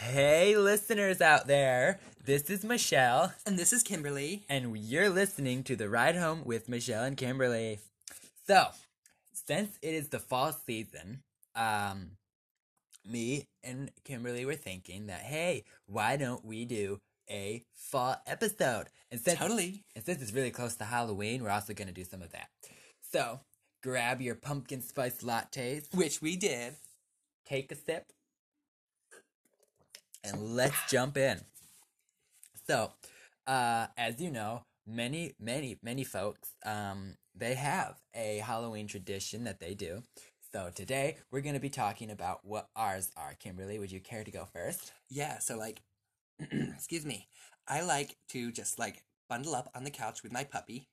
Hey, listeners out there. This is Michelle, And this is Kimberly. and you're listening to The Ride Home with Michelle and Kimberly. So, since it is the fall season, um, me and Kimberly were thinking that, hey, why don't we do a fall episode? And since, Totally. and since it's really close to Halloween, we're also going to do some of that. So, grab your pumpkin spice lattes, Which we did. take a sip, and let's jump in. So, uh, as you know, many, many, many folks, um, they have a Halloween tradition that they do. So today we're gonna be talking about what ours are. Kimberly, would you care to go first? Yeah, so like, excuse me. I like to just like bundle up on the couch with my puppy.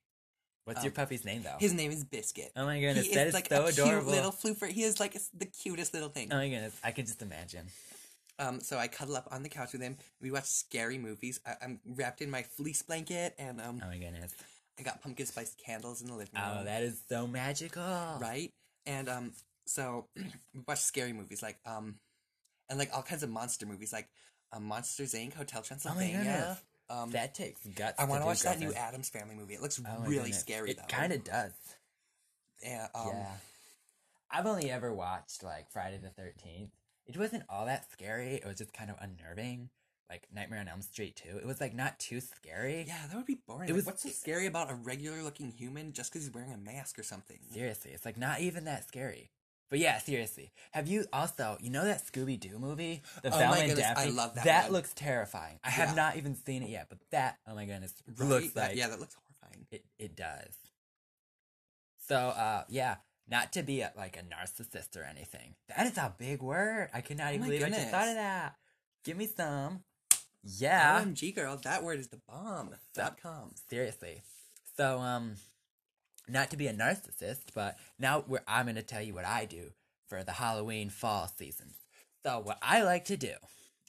What's Um, your puppy's name though? His name is Biscuit. oh my He goodness, is that is like so a adorable. cute little floofer. He is like s- the cutest little thing. Oh my goodness, I can just imagine. Um, so I cuddle up on the couch with him. We watch scary movies. I- I'm wrapped in my fleece blanket, and um, Oh my goodness. I got pumpkin spice candles in the living room. Oh, that is so magical. Um, right? And um, so we watch scary movies like um, and like all kinds of monster movies like um, Monsters Inc. Hotel Transylvania. Oh goodness. um, That takes guts. I want to do, watch that new girlfriend. Adams Family movie. It looks Oh my really goodness. scary though. It kind of does. yeah, um, yeah. I've only ever watched like Friday the 13th. It wasn't all that scary. It was just kind of unnerving. Like Nightmare on Elm Street too. It was like not too scary. yeah, that would be boring. It Like, was- what's so scary about a regular looking human just because he's wearing a mask or something? Seriously, it's like not even that scary. But yeah, seriously. Have you also, you know that Scooby Doo movie? The Oh my Velma and goodness, I Daphne? love that That one. looks terrifying. I have Yeah. not even seen it yet, but that, oh my goodness, Right? looks That- like yeah, that looks horrifying. It it does. So uh yeah, not to be a, like a narcissist or anything. That is a big word. I cannot even Oh my believe I just goodness. thought of that. Give me some. Yeah. OMG, girl, that word is the bomb. Dot com. Seriously. So um not to be a narcissist, but now we're, I'm going to tell you what I do for the Halloween fall season. So what I like to do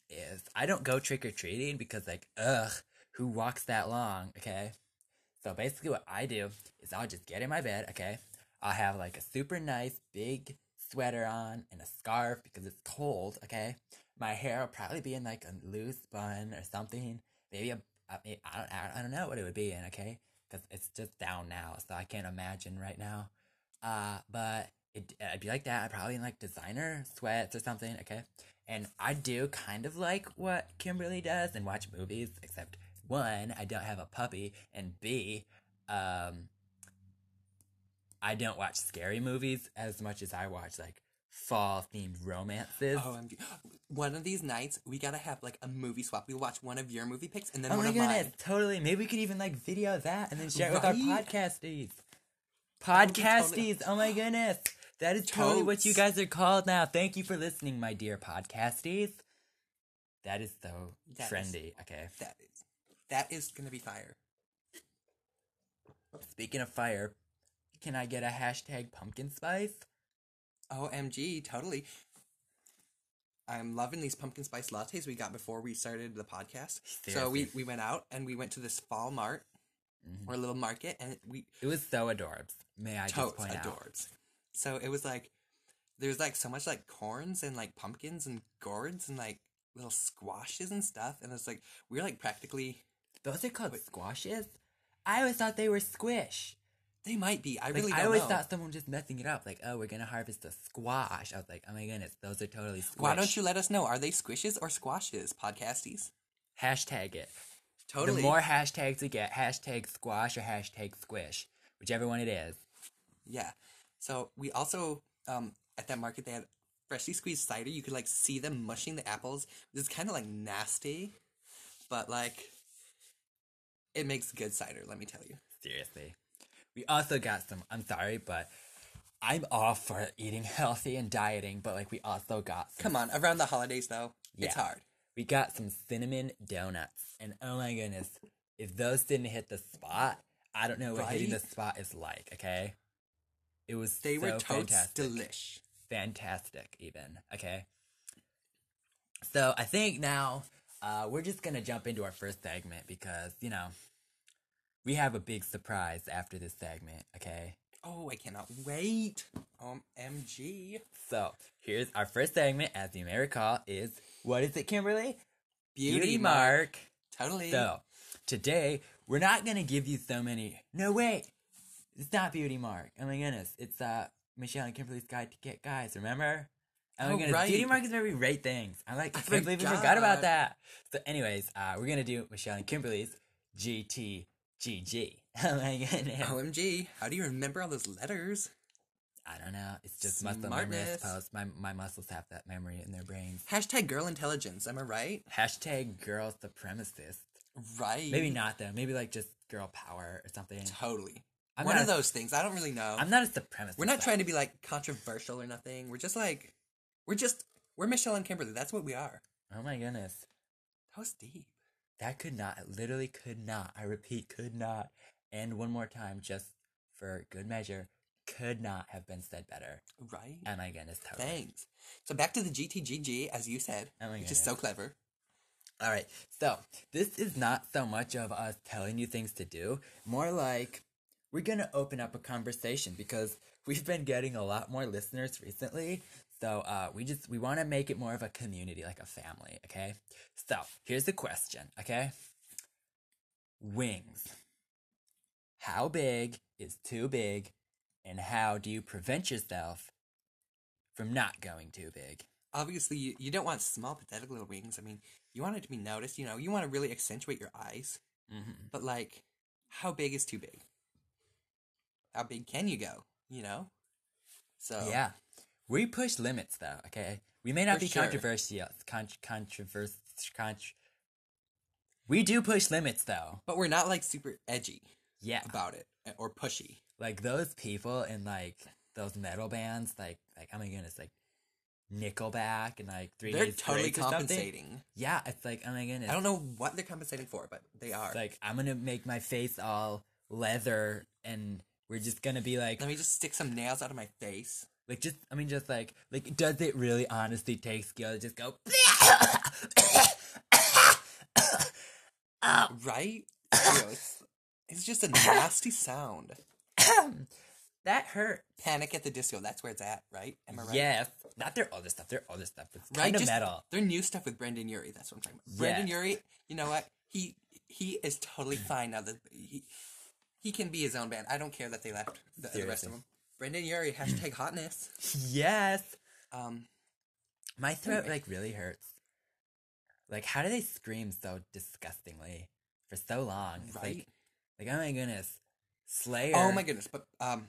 is I don't go trick or treating because like ugh, who walks that long, okay? So basically what I do is I'll just get in my bed, okay? I'll have like a super nice big sweater on and a scarf because it's cold, okay? My hair will probably be in like a loose bun or something. Maybe a, I, mean, I don't I, I don't know what it would be in, okay? Cuz it's just down now, so I can't imagine right now. Uh but it I'd be like that. I'd probably in like designer sweats or something, okay? And I do kind of like what Kimberly does and watch movies, except one, I don't have a puppy, and B, um, I don't watch scary movies as much as I watch like fall themed romances. OMG. One of these nights, we gotta have like a movie swap. We watch one of your movie picks and then Oh one my of goodness, mine. totally. Maybe we could even like video that and then share it with our Right? podcasties. would be totally- Podcasties, oh my goodness. That is totally what you Totes. guys are called now. Thank you for listening, my dear podcasties. That is so That is- trendy. Okay. That is, that is gonna be fire. Speaking of fire, can I get a hashtag pumpkin spice? OMG, totally. I'm loving these pumpkin spice lattes we got before we started the podcast. So we, Seriously. we went out and we went to this fall mart or little market and we It was so adorbs. May Mm-hmm. I just totes point out? adorbs. So it was like there's like so much like corns and like pumpkins and gourds and like little squashes and stuff and it's like we were like practically Those are called squashes. I always thought they were squish. they might be. I Like, really don't I always know. thought someone was just messing it up. Like, oh, we're gonna harvest a squash. I was like, oh my goodness, those are totally squish. Why don't you let us know? Are they squishes or squashes, podcasties? hashtag it? Totally. The more hashtags we get, hashtag squash or hashtag squish, whichever one it is. Yeah. So we also um at that market they had freshly squeezed cider. You could like see them mushing the apples. It's kind of like nasty, but like it makes good cider. Let me tell you. Seriously. We also got some, I'm sorry, but I'm all for eating healthy and dieting, but like we also got some Come on, around the holidays though, it's Yeah. hard. we got some cinnamon donuts. And oh my goodness, if those didn't hit the spot, I don't know what hitting the Right? spot is like, okay? It was They so were totes fantastic. delish. fantastic, even, okay? So I think now uh, we're just gonna jump into our first segment because, you know, we have a big surprise after this segment, okay? Oh, I cannot wait. OMG. So here's our first segment, as you may recall, is what is it, Kimberly? Beauty, mark. mark. Totally. So today we're not gonna give you so many. No wait, it's not Beauty Mark. Oh my goodness, it's uh Michelle and Kimberly's Guide to Get Guys. Remember? Oh, my Oh, goodness, right. Beauty Mark is where we rate things. I like. I I can't believe we forgot about forgot. that. So, anyways, uh, we're gonna do Michelle and Kimberly's GTGG. Oh my goodness. OMG. How do you remember all those letters? I don't know. It's just muscle memory, I Smartness. suppose. My my muscles have that memory in their brains. Hashtag girl intelligence. Am I right? Hashtag girl supremacist. Right. Maybe not though. Maybe like just girl power or something. Totally. I'm One not of a- those things. I don't really know. I'm not a supremacist. we're not though. trying to be like controversial or nothing. We're just like, we're just, we're Michelle and Kimberly. That's what we are. Oh my goodness. That was deep. That could not, it literally could not, I repeat, could not, and one more time, just for good measure, could not have been said better. Right. Oh my goodness, totally. Thanks. So back to the GTGG, as you said, Oh my which is so clever. All right, so this is not so much of us telling you things to do, more like we're gonna open up a conversation because we've been getting a lot more listeners recently. So uh, we just we want to make it more of a community, like a family. Okay, so here's the question. Okay, wings. How big is too big, and how do you prevent yourself from not going too big? Obviously, you, you don't want small, pathetic little wings. I mean, you want it to be noticed. You know, you want to really accentuate your eyes. Mm-hmm. But like, how big is too big? How big can you go? You know. So Yeah. We push limits though, okay? We may not Oh. For be sure. controversial. Con- controvers- contr- we do push limits though. but we're not like super edgy Yeah. about it eh, or pushy. Like those people in like those metal bands, like like oh my goodness, like Nickelback and like 3 They're Days totally Grace or something. compensating. Yeah, it's like oh my goodness. I don't know what they're compensating for, but they are. It's like I'm going to make my face all leather and we're just going to be like Let me just stick some nails out of my face. Like just, I mean, just like, like, does it really honestly take skill to just go? oh, Right? Ew, it's, it's just a nasty sound. that hurt. Panic at the Disco. That's where it's at, right? Am I right? Yes, not their other stuff. Their other stuff. It's Right, kind of just- metal. Their new stuff with Brendan Urie. That's what I'm talking about. Brendan Yes. Urie. You know what? He he is totally fine now. That he he can be his own band. I don't care that they left the, the rest Seriously. of them. Brendan Urie hashtag hotness. Yes, Um, my throat Anyway. like really hurts. Like, how do they scream so disgustingly for so long? It's right. Like, like, oh my goodness, Slayer. Oh my goodness. But um,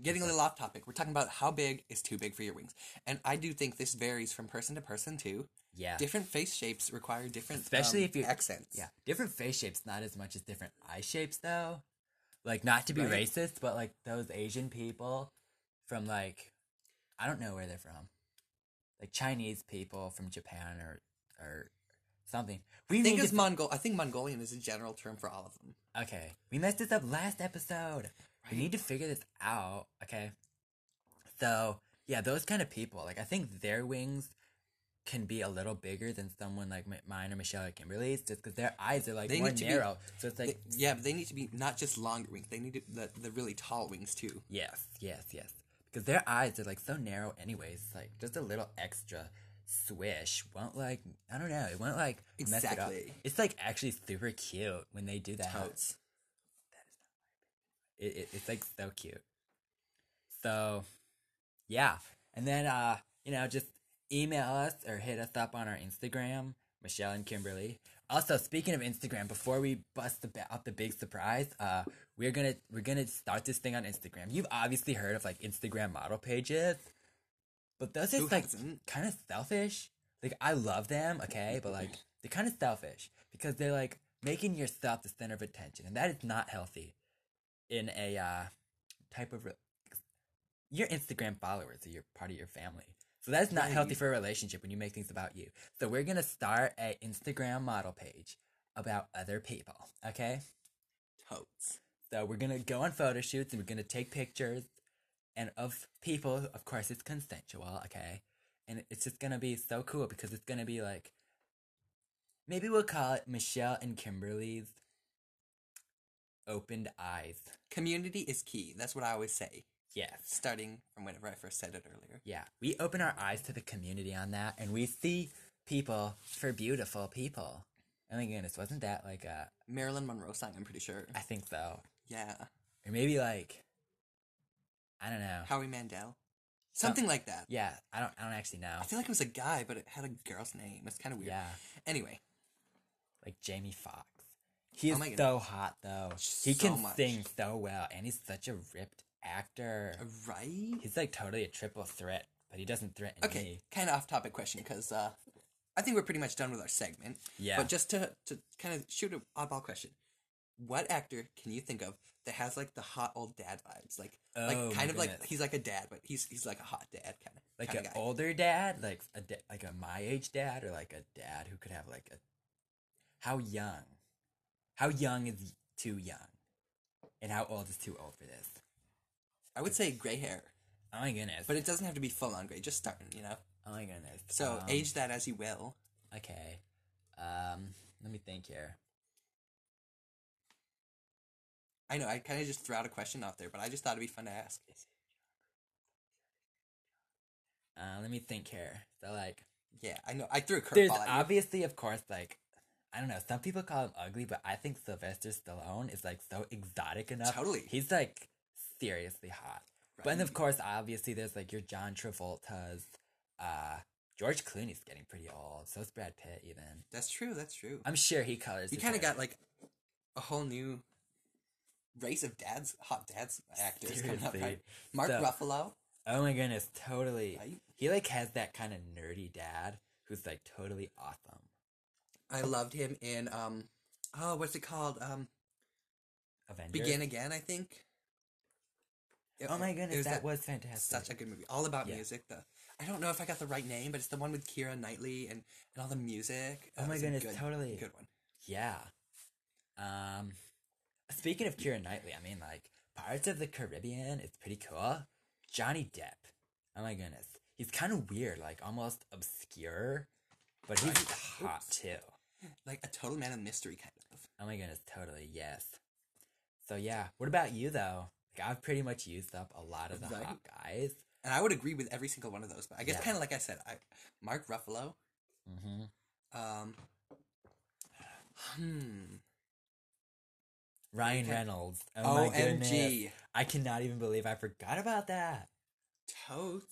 getting a little off topic. We're talking about how big is too big for your wings, and I do think this varies from person to person too. Yeah. Different face shapes require different, Especially um, if you- accents. Yeah, different face shapes, not as much as different eye shapes, though. Like, not to be Right. racist, but like those Asian people from like, I don't know where they're from, like Chinese people from Japan or or something. We I need think to- it's Mongol. I think Mongolian is a general term for all of them. okay. We messed this up last episode. We Right. need to figure this out. Okay. So yeah, those kind of people, like I think their wings can be a little bigger than someone like mi- mine or Michelle or Kimberly's, just because their eyes are like They more need to be- narrow. so it's like They- yeah, but they need to be not just longer wings. They need to, the the really tall wings too. Yes, yes, yes. Because their eyes are like so narrow, anyways. Like just a little extra swish won't like I don't know. It won't like mess it up. Exactly. It's like actually super cute when they do that. Totes. It, it, it's like so cute. So, yeah. And then uh, you know, just email us or hit us up on our Instagram, Michelle and Kimberly. Also, speaking of Instagram, before we bust the, ba- out the big surprise, uh, we're gonna we're gonna start this thing on Instagram. You've obviously heard of like Instagram model pages, but those are Who like hasn't? kind of selfish. Like I love them, okay, but like they're kind of selfish because they're like making yourself the center of attention, and that is not healthy in a uh, type of re- your Instagram followers are your part of your family. So that's not Right. healthy for a relationship when you make things about you. So we're gonna start a Instagram model page about other people. Okay. Totes. So we're gonna go on photo shoots and we're gonna take pictures and of people, of course it's consensual, okay? And it's just gonna be so cool because it's gonna be like maybe we'll call it Michelle and Kimberly's opened eyes. Community is key. That's what I always say. Yes. starting from whenever I first said it earlier. Yeah. We open our eyes to the community on that and we see people for beautiful people. Oh my goodness, wasn't that like a. Marilyn Monroe song, I'm pretty sure. I think so. Yeah. Or maybe like. I don't know. Howie Mandel. Something like that. yeah, I don't. I don't actually know. I feel like it was a guy, but it had a girl's name. It's kind of weird. Yeah, Anyway, like Jamie Foxx. He Oh is my goodness. so hot though. He So can much. sing so well, and he's such a ripped actor. Oh. right? He's like totally a triple threat, but he doesn't threaten Okay, me. kind of off topic question because uh, I think we're pretty much done with our segment. Yeah. But just to, to kind of shoot an oddball question What actor can you think of that has like the hot old dad vibes? Like, Oh, like my kind of like goodness. he's like a dad, but he's he's like a hot dad kind of like an kind of guy. older dad, like a da- like a my age dad, or like a dad who could have like a how young, how young is too young, and how old is too old for this? I would say gray hair, Oh my goodness! but it doesn't have to be full on gray. Just starting, you know. oh my goodness! So Um, age that as you will. Okay. Um, let me think here. I know I kind of just threw out a question out there, but I just thought it'd be fun to ask. Uh, let me think here. So like, Yeah, I know. I threw a there's curveball. at you. obviously, of course, like, I don't know. Some people call him ugly, but I think Sylvester Stallone is like so exotic enough. Totally. he's like seriously hot. But then of Right. course, obviously, there's like your John Travolta's. Uh, George Clooney's getting pretty old. So's Brad Pitt. Even That's true. That's true. I'm sure he colors. you his kind of hair. got like a whole new race of dads, hot dads actors coming up, Seriously. right? Mark So- Ruffalo, Oh my goodness! Totally. right? He like has that kind of nerdy dad who's like totally awesome. I loved him in um, oh, what's it called? Um, Avengers. Begin Again, I think. It- Oh my it goodness, that, was fantastic. such a good movie, all about Yeah. music. The I don't know if I got the right name, but it's the one with Kira Knightley and, and all the music. Oh That my was a goodness, good- totally. good one. yeah. Um, speaking of Kira Knightley, I mean, like Pirates of the Caribbean, it's pretty cool. Johnny Depp. Oh my goodness, he's kind of weird, like almost obscure, but he's Right. hot Oops. too. Like a total man of mystery kind of. Oh my goodness, totally yes. So yeah, what about you though? Like I've pretty much used up a lot of the Right. hot guys. And I would agree with every single one of those. But I guess Yeah. kind of like I said, I, Mark Ruffalo. Mm-hmm. Um, hmm. Ryan Okay. Reynolds. Oh my goodness, Omg, I cannot even believe I forgot about that. totes.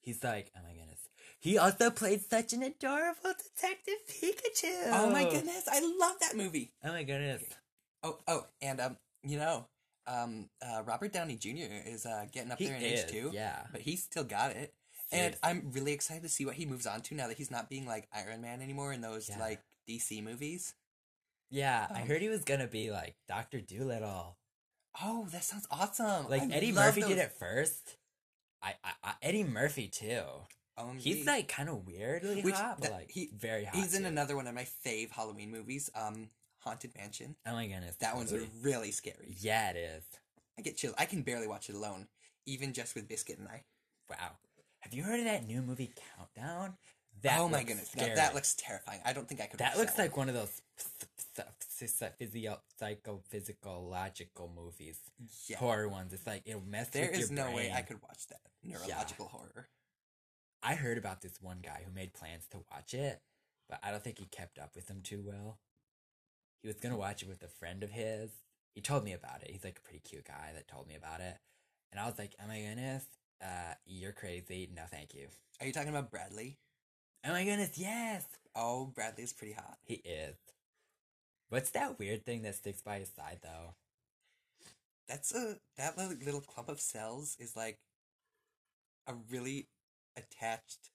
He's like, oh my goodness. He also played such an adorable Detective Pikachu. Oh my goodness, I love that movie. Oh my goodness. Oh, oh, and um, you know, um, uh, Robert Downey Jr. is uh getting up He there in is, age too. yeah. but he's still got it. And Seriously. I'm really excited to see what he moves on to now that he's not being like Iron Man anymore in those Yeah. like DC movies. Yeah, I Um, heard he was gonna be like Doctor Doolittle. Oh, that sounds awesome! Like I Eddie love Murphy did those- it first. I, I, I Eddie Murphy too. OMG. He's like kind of weirdly Which- hot, but that- like he- very hot. he's in too. another one of my fave Halloween movies, um, Haunted Mansion. Oh my goodness, That one's totally. really scary. yeah, it is. I get chills. I can barely watch it alone, even just with Biscuit and I. Wow. Have you heard of that new movie Countdown? That oh my looks goodness, scary. that, that looks terrifying. I don't think I could. That watch looks one. like one of those psy- psy- psy- physio- psycho physical logical movies, yeah. horror ones. It's like it'll mess There with is your no way I brain. could watch that neurological horror. I heard about this one guy who made plans to watch it, but I don't think he kept up with them too well. He was gonna watch it with a friend of his. He told me about it. He's like a pretty cute guy that told me about it, and I was like, "Oh my goodness, uh, you're crazy. No, thank you." Are you talking about Bradley? Oh my goodness, yes, Oh, Bradley is pretty hot. he is. What's that weird thing that sticks by his side though? That's a that little, little clump of cells is like a really attached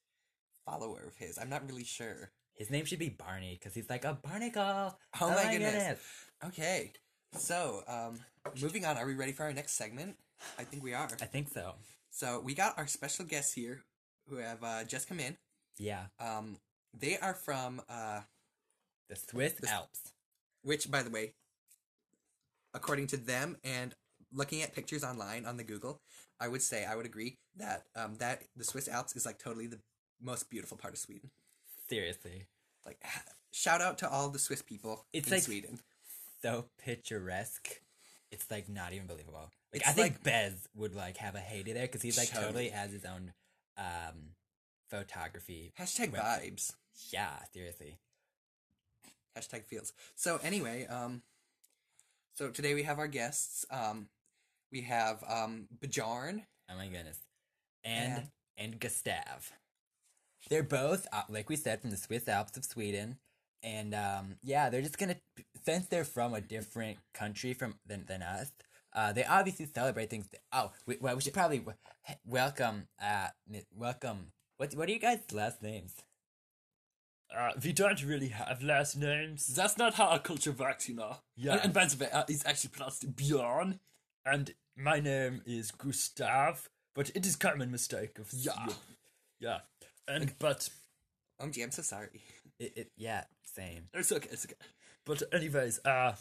follower of his. I'm not really sure. His name should be Barney because he's like a barnacle. Oh my goodness. Okay, so um, moving on. Are we ready for our next segment? I think we are. I think so. So we got our special guests here who have uh, just come in. Yeah, Um, they are from uh, the Swiss The- Alps. which, by the way, according to them and looking at pictures online on the Google, I would say I would agree that um, that the Swiss Alps is like totally the most beautiful part of Sweden. Seriously, Like, shout out to all the Swiss people It's in like- Sweden. so picturesque. It's like not even believable. Like It's I think Bez would like have a heyday there because he's like Totally. totally has his own um photography. Hashtag Well- vibes. Yeah, seriously. Hashtag feels. So anyway, um, so today we have our guests. Um, we have um Bajarn. Oh my goodness. And and Gustav. They're both uh, like we said from the Swiss Alps of Sweden. And um, yeah, they're just gonna since they're from a different country from than, than us. Uh, they obviously celebrate things. That, oh, we, well, we should probably w- welcome. Uh, n- welcome. What what are you guys' last names? Uh, we don't really have last names. That's not how our culture works, you know. Yeah. And, and by the way, uh, it's actually pronounced Bjorn, and my name is Gustav, but it is common mistake of Yeah. yeah. And but OMG, Oh, I'm so sorry. It, it, yeah, same. it's okay, it's okay. But anyways, uh,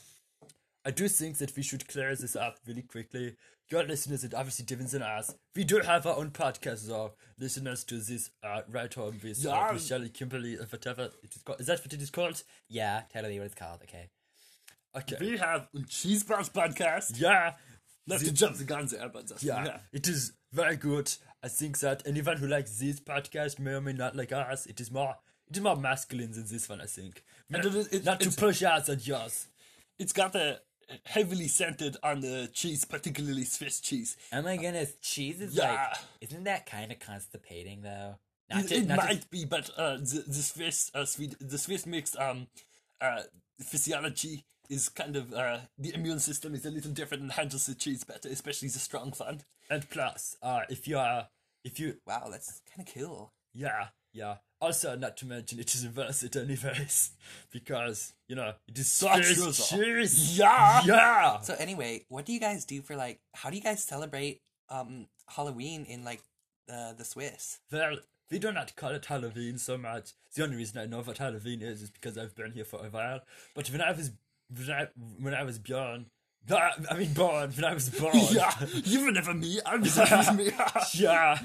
I do think that we should clear this up really quickly. Your listeners are obviously different than us. We do have our own podcast, though. Listeners to this, uh, right home with uh, Yeah. Michelle, Kimberly, and whatever it is called. Is that what it is called? Yeah, totally what it's called. Okay. Okay. We have a cheese bars podcast. Yeah, Not to jump the gun there, but that's yeah, it is very good. I think that anyone who likes this podcast may or may not like ours. It is more, it is more masculine than this one, I think. And it is- it- not to it's- push ours and yours. It's got a heavily scented on the cheese, particularly Swiss cheese. Oh my goodness, cheese is like. Uh, yeah. Isn't that kind of constipating though? Not It, to, it not to might be, but uh, the, the Swiss, uh, Swede, the Swiss mixed um, uh, physiology is kind of uh, the immune system is a little different and handles the cheese better, especially the strong one. And plus, uh, if you are, if you, Wow, that's kind of cool. yeah, yeah. Also, not to mention, it is inverse it anyways, because you know it is such true, though. cheese. Yeah. yeah. So anyway, what do you guys do for like? How do you guys celebrate um Halloween in like the the Swiss? Well, we do not call it Halloween so much. The only reason I know what Halloween is is because I've been here for a while. But when I was when I, when I was born, no, I I mean born when I was born, Yeah, you were never me. I was always me. yeah.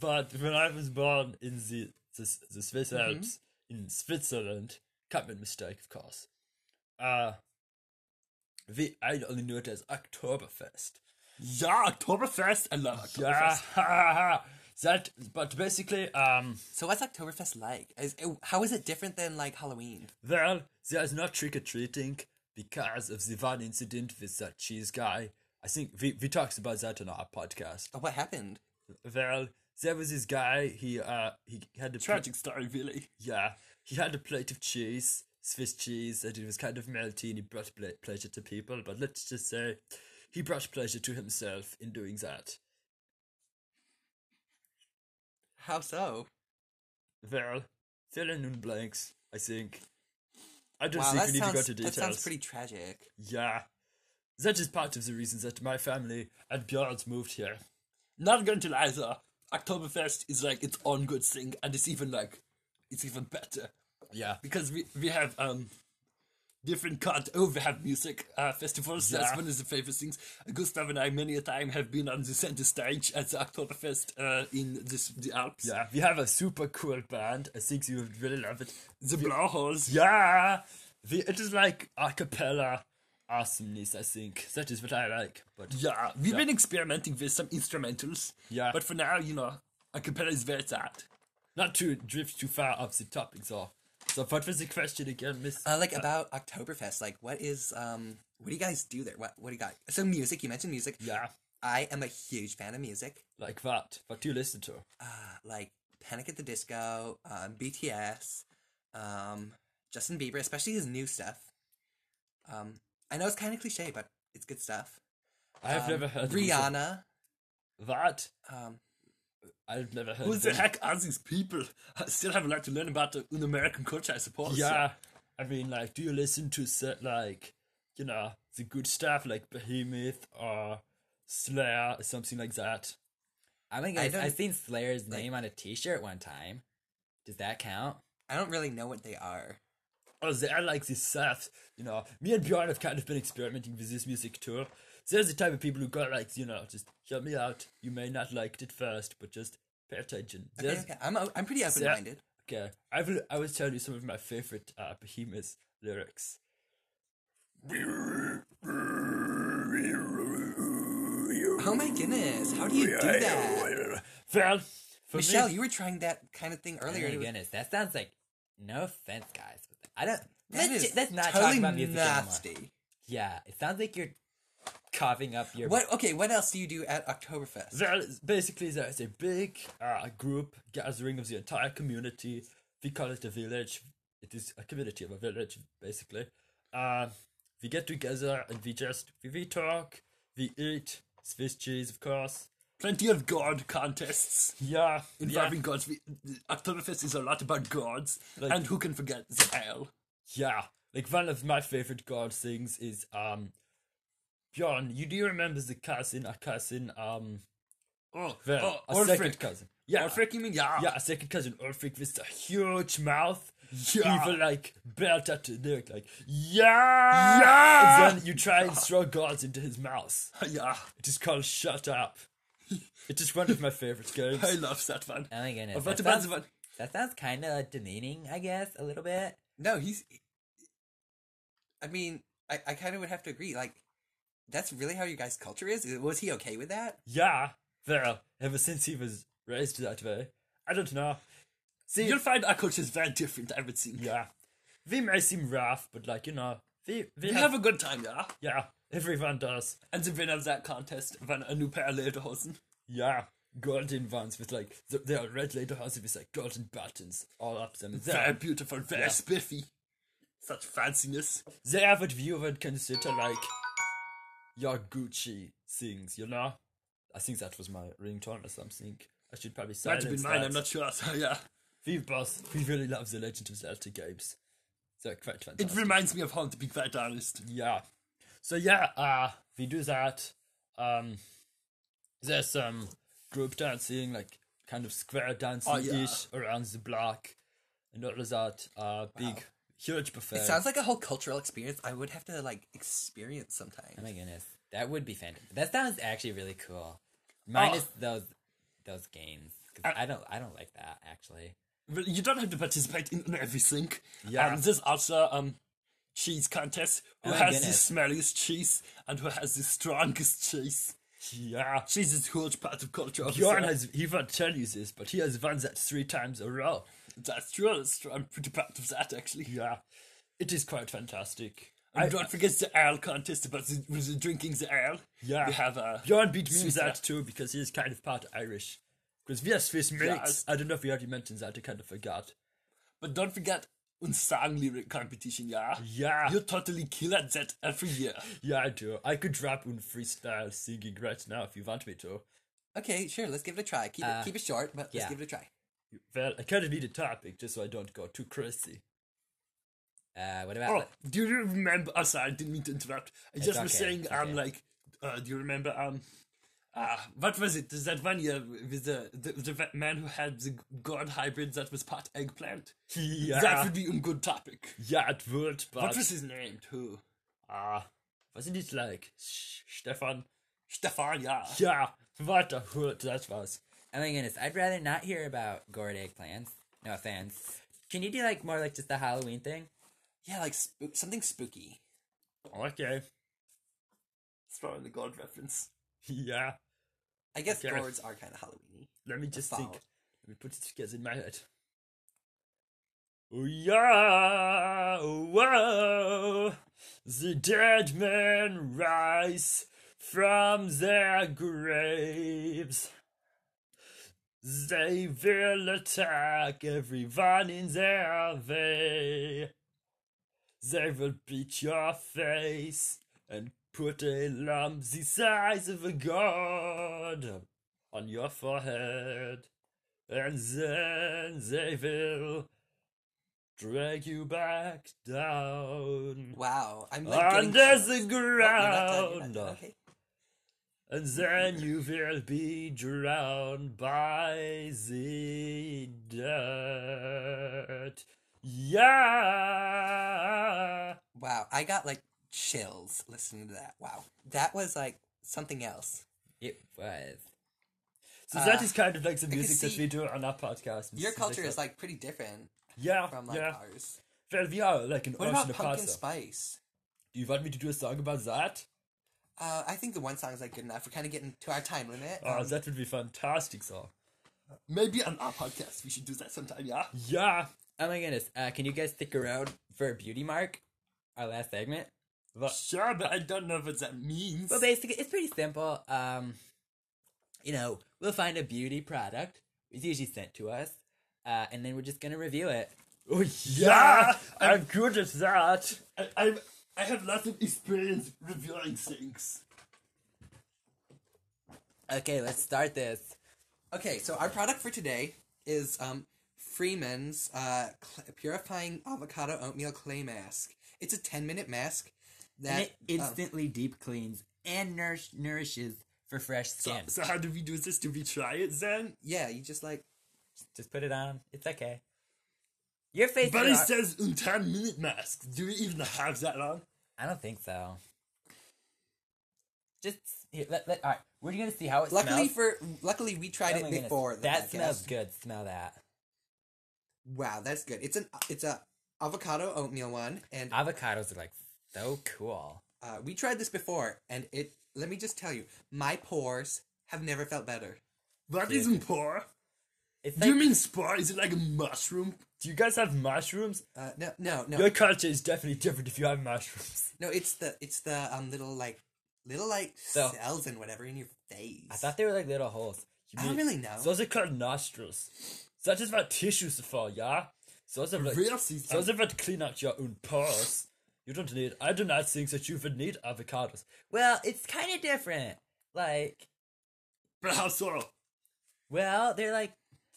But when I was born in the the, the Swiss Mm-hmm. Alps in Switzerland, can't be a mistake, of course. Uh we I only knew it as Oktoberfest. yeah, Oktoberfest. I love Oktoberfest. Yeah, that. But basically, um. So what's Oktoberfest like? Is, how is it different than like Halloween? Well, there is no trick or treating because of the one incident with that cheese guy. I think we, we talked about that on our podcast. Oh, what happened? Well, there was this guy. He uh he had a pla- Tragic story, really. yeah he had a plate of cheese, Swiss cheese, and it was kind of melty, and he brought pla- pleasure to people. But let's just say, he brought pleasure to himself in doing that. How so? Well, fill in the blanks. I think. I don't Wow, think that we need to go sounds, to that details. sounds pretty tragic. Yeah. That is part of the reason that my family and Björn's moved here. Not going to lie though, Oktoberfest is like its own good thing, and it's even like it's even better Yeah. because we we have um different cut. Oh, we have music uh, festivals. That's Yeah. one of the favorite things. Gustav and I many a time have been on the center stage at the Oktoberfest uh, in this, the Alps. Yeah. We have a super cool band. I think you would really love it. The blowholes. Yeah. We, it is like a cappella awesomeness, I think. That is what I like. But Yeah, we've been experimenting with some instrumentals. Yeah. but for now, you know, a cappella is where it's at. not to drift too far off the topic, so. So, what was the question again, Miss? Uh, like about Oktoberfest, like what is um what do you guys do there? What what do you got? So music, you mentioned music. yeah. I am a huge fan of music. Like what? What do you listen to? Uh, like Panic at the Disco, um, BTS, um, Justin Bieber, especially his new stuff. Um, I know it's kind of cliche, but it's good stuff. I have Um, never heard of it. Rihanna. What? Um, I've never heard Who of the it. heck are these people? I still have a lot to learn about the, in American culture, I suppose. Yeah, I mean, like, do you listen to set like, you know, the good stuff like Behemoth or Slayer or something like that? Oh my goodness, don't- I've seen Slayer's like- name on a T-shirt one time. Does that count? I don't really know what they are. Or they are like this stuff, you know. Me and Bjorn have kind of been experimenting with this music too. There's the type of people who got like, you know, just hear me out. You may not like it at first, but just pay attention. Okay, There's, okay. I'm o- I'm pretty open minded. okay, I will. I will tell you some of my favorite uh, Behemoth lyrics. Oh my goodness, how do you do that? Fan, for Michelle, me, you were trying that kind of thing Oh earlier. It my was- goodness, that sounds like no offense, guys. but I don't. that let's, is ju- let's not totally talk about music nasty. anymore. Yeah, it sounds like you're coughing up your. What? Okay, what else do you do at Oktoberfest? there is basically there is a big uh, group gathering of the entire community. We call it a village. It is a community of a village, basically. Uh, we get together and we just we, we talk, we eat Swiss cheese, of course. Plenty of god contests Yeah, yeah, involving gods. We, Oktoberfest is a lot about gods, Like- and who can forget the hell? yeah. Like one of my favorite god things is um, Bjorn. You do you remember the cousin, a cousin um, Oh, well, oh, a second Ulfric. cousin. Yeah, Ulfric, you mean? Yeah. Yeah, a second cousin Ulfric with a huge mouth. Yeah. Evil like belt at the neck, like yeah, yeah. And then you try and throw guards into his mouth. Yeah. It is called Shut Up. It is one of my favorite games. I love that one. oh my goodness. But what That about sounds, the one? that sounds kind of demeaning, I guess, a little bit. No, he's. I mean, I, I kind of would have to agree. Like, that's really how your guys' culture is. Was he okay with that? yeah, well, ever since he was raised that way, I don't know. See, You'll find our culture is very different, I would think. yeah, we may seem rough, but like you know, we we, We have, have a good time, yeah? yeah, everyone does. And the winner of that contest won a new pair of lederhosen. Yeah, golden ones with like the, they are red lederhosen with like golden buttons all up them. They Very are, beautiful, very spiffy. Such fanciness. they are what you would consider like your Gucci things, you know. I think that was my ringtone or something. I should probably Might silence have been mine, that. I'm not sure. So, yeah. We both we really love the Legend of Zelda games. They're quite It fantastic. reminds me of home, to be quite honest. yeah. So yeah, uh we do that. Um there's some group dancing, like kind of square dancing ish around the block and all of that. Uh big huge buffet. It sounds like a whole cultural experience I would have to, like, experience sometime. Oh my goodness, that would be fantastic. That sounds actually really cool. Minus Oh. those those games, 'cause I don't I don't like that actually. Well, you don't have to participate in everything. Yeah. Um, there's also um cheese contest. Who Oh my has goodness. the smelliest cheese and who has the strongest cheese? yeah. Cheese is a huge part of culture. Bjorn has obviously. he won't tell you this, but he has won that three times a row. That's true. That's true. I'm pretty proud of that actually. Yeah. It is quite fantastic. And don't forget the ale contest about the, with the drinking the ale. Yeah. We have a Bjorn beat me in Swiss- that too because he is kind of part Irish. Because we are Swiss mates. Yes. I don't know if we already mentioned that, I kind of forgot. But don't forget Unsang lyric competition, yeah? Yeah. You totally kill at that every year. Yeah, I do. I could rap on freestyle singing right now if you want me to. Okay, sure, let's give it a try. Keep, it, keep it short, but yeah. let's give it a try. Well, I kind of need a topic just so I don't go too crazy. Uh, what about Oh, do you remember? Oh, sorry, I didn't mean to interrupt. I just was okay, saying, it's um, okay. like, uh, do you remember, um, uh, what was it? There's that one year with the, the the va- man who had the god hybrid that was part eggplant? Yeah. That would be a good topic. yeah, it would, but. What was his name, too? Ah, wasn't it like Sh- Stefan? Stefan, yeah. Yeah, what a hood that was. Oh my goodness, I'd rather not hear about gourd eggplants. No offense. Can you do like more like just the Halloween thing? Yeah, like, spook something spooky. Okay. Throw in the god reference. Yeah. I guess Okay. gourds are kind of Halloweeny. Let me just think. Solid. Let me put it together in my head. Oh yeah, oh wow. The dead men rise from their graves. They will attack everyone in their way. They will beat your face and put a lump the size of a god on your forehead, and then they will drag you back down Wow, I'm like getting under chills. the Oh, you're not done, you're not ground, done, Okay. and then you will be drowned by the dirt. Yeah. Wow, I got like chills listening to that. Wow, that was like something else. It was. So that Uh, is kind of like the music that see- we do on our podcast. Your It's culture is like pretty different yeah, from like yeah. ours. Well, we are like an What ocean about of pumpkin pasta. spice? Do you want me to do a song about that? Uh, I think the one song is like good enough. We're kind of getting to our time limit. Oh, Um, that would be fantastic, song. Maybe on our podcast, we should do that sometime, yeah? Yeah. Oh my goodness. Uh, can you guys stick around for Beauty Mark? Our last segment? Sure, but I don't know what that means. Well, basically, it's pretty simple. Um, you know, we'll find a beauty product. It's usually sent to us, uh, and then we're just gonna review it. Oh yeah, I'm good at that. I, I'm, I have lots of experience reviewing things. Okay, let's start this. okay, so our product for today is um, Freeman's uh, cl- Purifying Avocado Oatmeal Clay Mask. It's a 10 minute mask And that. um, it instantly deep cleans and nourish- nourishes for fresh skin. So how do we do this? Do we try it then? yeah, you just like. Just put it on. It's okay. Your face. But it is- says in 10 minute mask. Do we even have that long? I don't think so. Just here, let, let, all right. We're gonna see how it Luckily smells. for luckily we tried Oh my it goodness, before the that podcast. smells good. Smell that Wow, that's good. It's an it's a avocado oatmeal one, and avocados are like so cool. uh, we tried this before, and it. Let me just tell you, my pores have never felt better. That isn't poor. It's Do you like mean spore? Is it like a mushroom? Do you guys have mushrooms? Uh, no, no, no, Your culture is definitely different if you have mushrooms. no. It's the it's the um little like little like So- cells and whatever in your face. I thought they were like little holes. I don't really know. Those are called nostrils. That is what tissues are for, yeah? Those are what, Real seeds. those are what clean out your own pores. You don't need, I do not think that you would need avocados. Well, it's kind of different. Like, But how so? well, they're like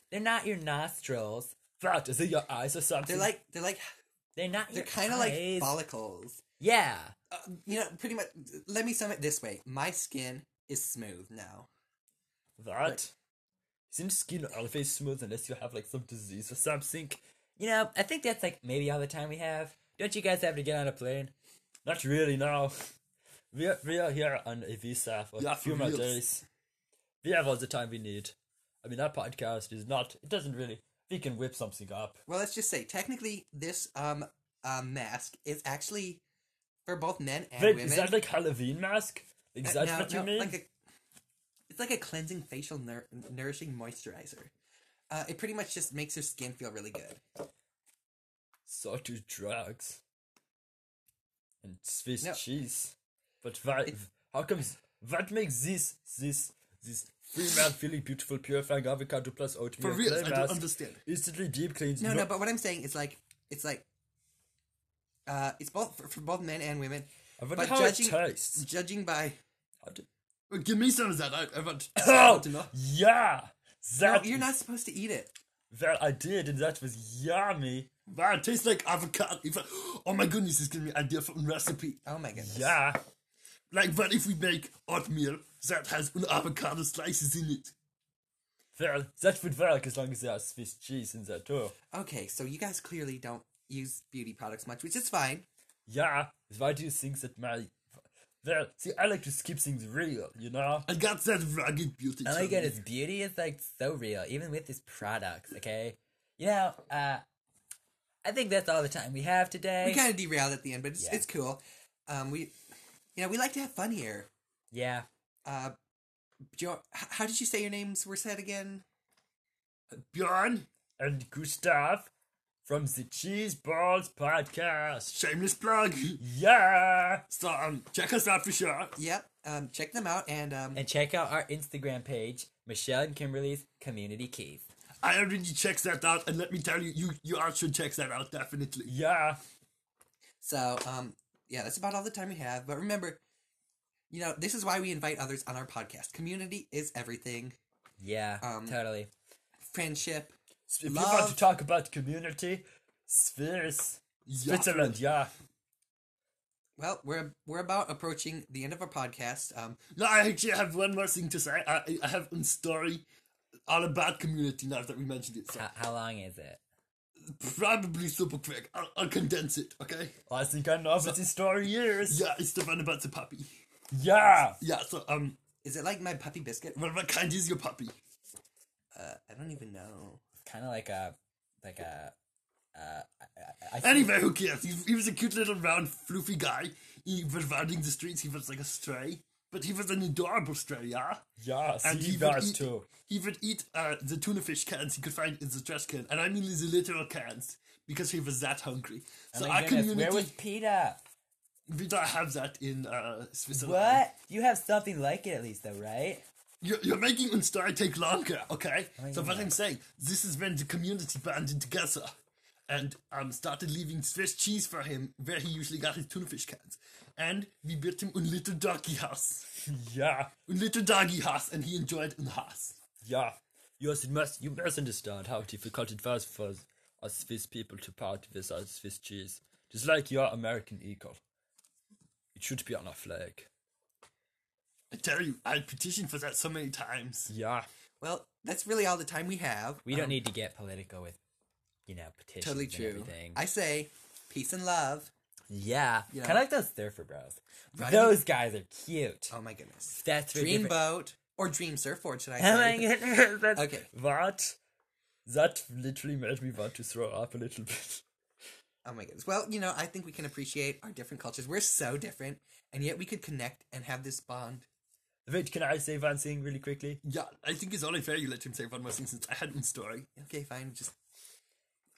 they're not your nostrils. That, is it your eyes or something? they're like they're like They're not. they're your kind of like eyes. follicles. yeah. Uh, you know, pretty much. Let me sum it this way: my skin is smooth now. that. Isn't skin always smooth unless you have like some disease or something? You know, I think that's like maybe all the time we have. Don't you guys have to get on a plane? Not really, no. We are, we are here on a visa for Yeah, a few for more reals. days. We have all the time we need. I mean, our podcast is not, it doesn't really, we can whip something up. Well, let's just say technically this um uh, mask is actually for both men and Wait, women. Uh, is that like Halloween mask? Is that No, what you no, mean? Like a, it's like a cleansing facial nour- nourishing moisturizer. Uh, it pretty much just makes your skin feel really good. So do drugs. And Swiss No. cheese. But why, how comes, what makes this, this, this free man feeling beautiful purifying avocado plus oatmeal For real, clay I don't mask understand. instantly deep cleans No, no- no, but what I'm saying is like it's like uh, it's both for, for both men and women. I wonder But how judging, Mm, it tastes. judging by How do- Well, give me some of that. I, I want. Oh, to know. yeah! no, That you're is not supposed to eat it. That I did, and that was yummy. Wow, it tastes like avocado. If I, oh my goodness, this giving me idea for a recipe. Oh my goodness. Yeah. Like, what if we make oatmeal that has an avocado slices in it? Well, that would work as long as there are Swiss cheese in there too. Okay, so you guys clearly don't use beauty products much, which is fine. Yeah. Why do you think that my. Well, see, I like to skip things real, you know? I got that rugged beauty. Oh my from goodness, it. beauty is like so real, even with these products. Okay, you know, uh, I think that's all the time we have today. We kind of derailed at the end, but it's, Yeah. it's cool. Um, we, you know, we like to have fun here. yeah, Uh, jo- h- how did you say your names were said again? Bjorn, And Gustav from the Cheese Balls podcast. shameless plug. Yeah. So, um, check us out for sure. Yep. Um, check them out and um, and check out our Instagram page, Michelle and Kimberly's Community Keys. I already checked that out, and let me tell you, you you all should check that out definitely. Yeah. so um, yeah, that's about all the time we have. But remember, you know, this is why we invite others on our podcast. Community is everything. Yeah, Um, totally. Friendship. So if you want to Love. talk about community, Swiss. Switzerland, yeah. Well, we're we're about approaching the end of our podcast. Um, No, I actually have one more thing to say. I, I- I have a story all about community now that we mentioned it. So How, how long is it? probably super quick. I'll, I'll condense it, okay? I think I know what this story is. Yeah, it's the one about the puppy. Yeah. Yeah, so um, is it like my puppy biscuit? well, what kind is your puppy? Uh, I don't even know. Kind of like a, like a. Uh, I, I, I Anyway, who cares? He, he was a cute little round floofy guy. he was riding the streets, he was like a stray. But he was an adorable stray, yeah? Yes, And he he would does eat- too. He would eat uh, the tuna fish cans he could find in the trash can, and I mean the literal cans, because he was that hungry. Oh So my our goodness, community, Where was PETA? we don't have that in uh, Switzerland. What? You have something like it at least, though, right? You're, you're making one story take longer, okay? Oh, so yeah. what I'm saying, this is when the community banded together and um, started leaving Swiss cheese for him where he usually got his tuna fish cans. And we built him a little doggy house. Yeah, A little doggy house, and he enjoyed in house. yeah. You must, must, you must understand how difficult it was for us Swiss people to part with our Swiss cheese. Just like your American eagle. It should be on our flag. I tell you, I petitioned for that so many times. Yeah. Well, that's really all the time we have. We don't need to get political with, you know, petitions Um, Totally and true. everything. I say peace and love. yeah. Yeah. Kind of like those surfer bros. Right? Those guys are cute. Oh my goodness. That's very Dream different. boat or dream surfboard, should I Oh my say? goodness. that's- Okay. What? That literally made me want to throw up a little bit. Oh my goodness. Well, you know, I think we can appreciate our different cultures. We're so different, and yet we could connect and have this bond. Wait, can I say one thing really quickly? Yeah, I think it's only fair you let him say one more thing since I had one story. Okay, fine. Just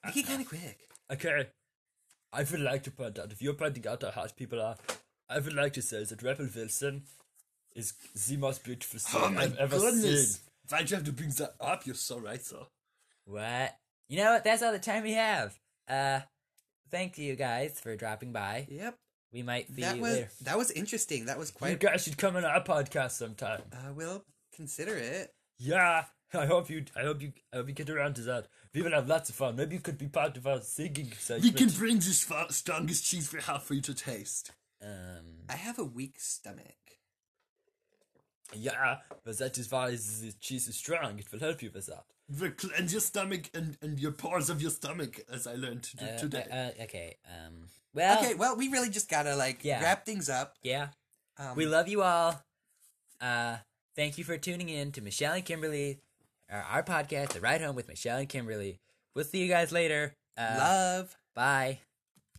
make it kind of quick. Okay. I would like to point out, if you're pointing out how hard people are, I would like to say that Rebel Wilson is the most beautiful thing I've ever seen. Why'd you have to bring that up? You're so right, sir. What? You know what? That's all the time we have. Uh, thank you guys for dropping by. Yep. We might see That you was later. that was interesting. That was You quite. guys should come on our podcast sometime. Uh, we'll consider it. Yeah, I hope you. I hope you. I hope you get around to that. We will have lots of fun. Maybe you could be part of our singing segment. We can bring this fa- strongest cheese we have for you to taste. Um, I have a weak stomach. Yeah, but that is why the cheese is strong. It will help you with that. The cleanse your stomach and, and your pores of your stomach, as I learned to do uh, today. uh, okay. Um, well, Okay, well, we really just gotta like Yeah. wrap things up. yeah. Um, We love you all. Uh, thank you for tuning in to Michelle and Kimberly, our, our podcast, The Ride Home with Michelle and Kimberly. We'll see you guys later. Uh, love. Bye.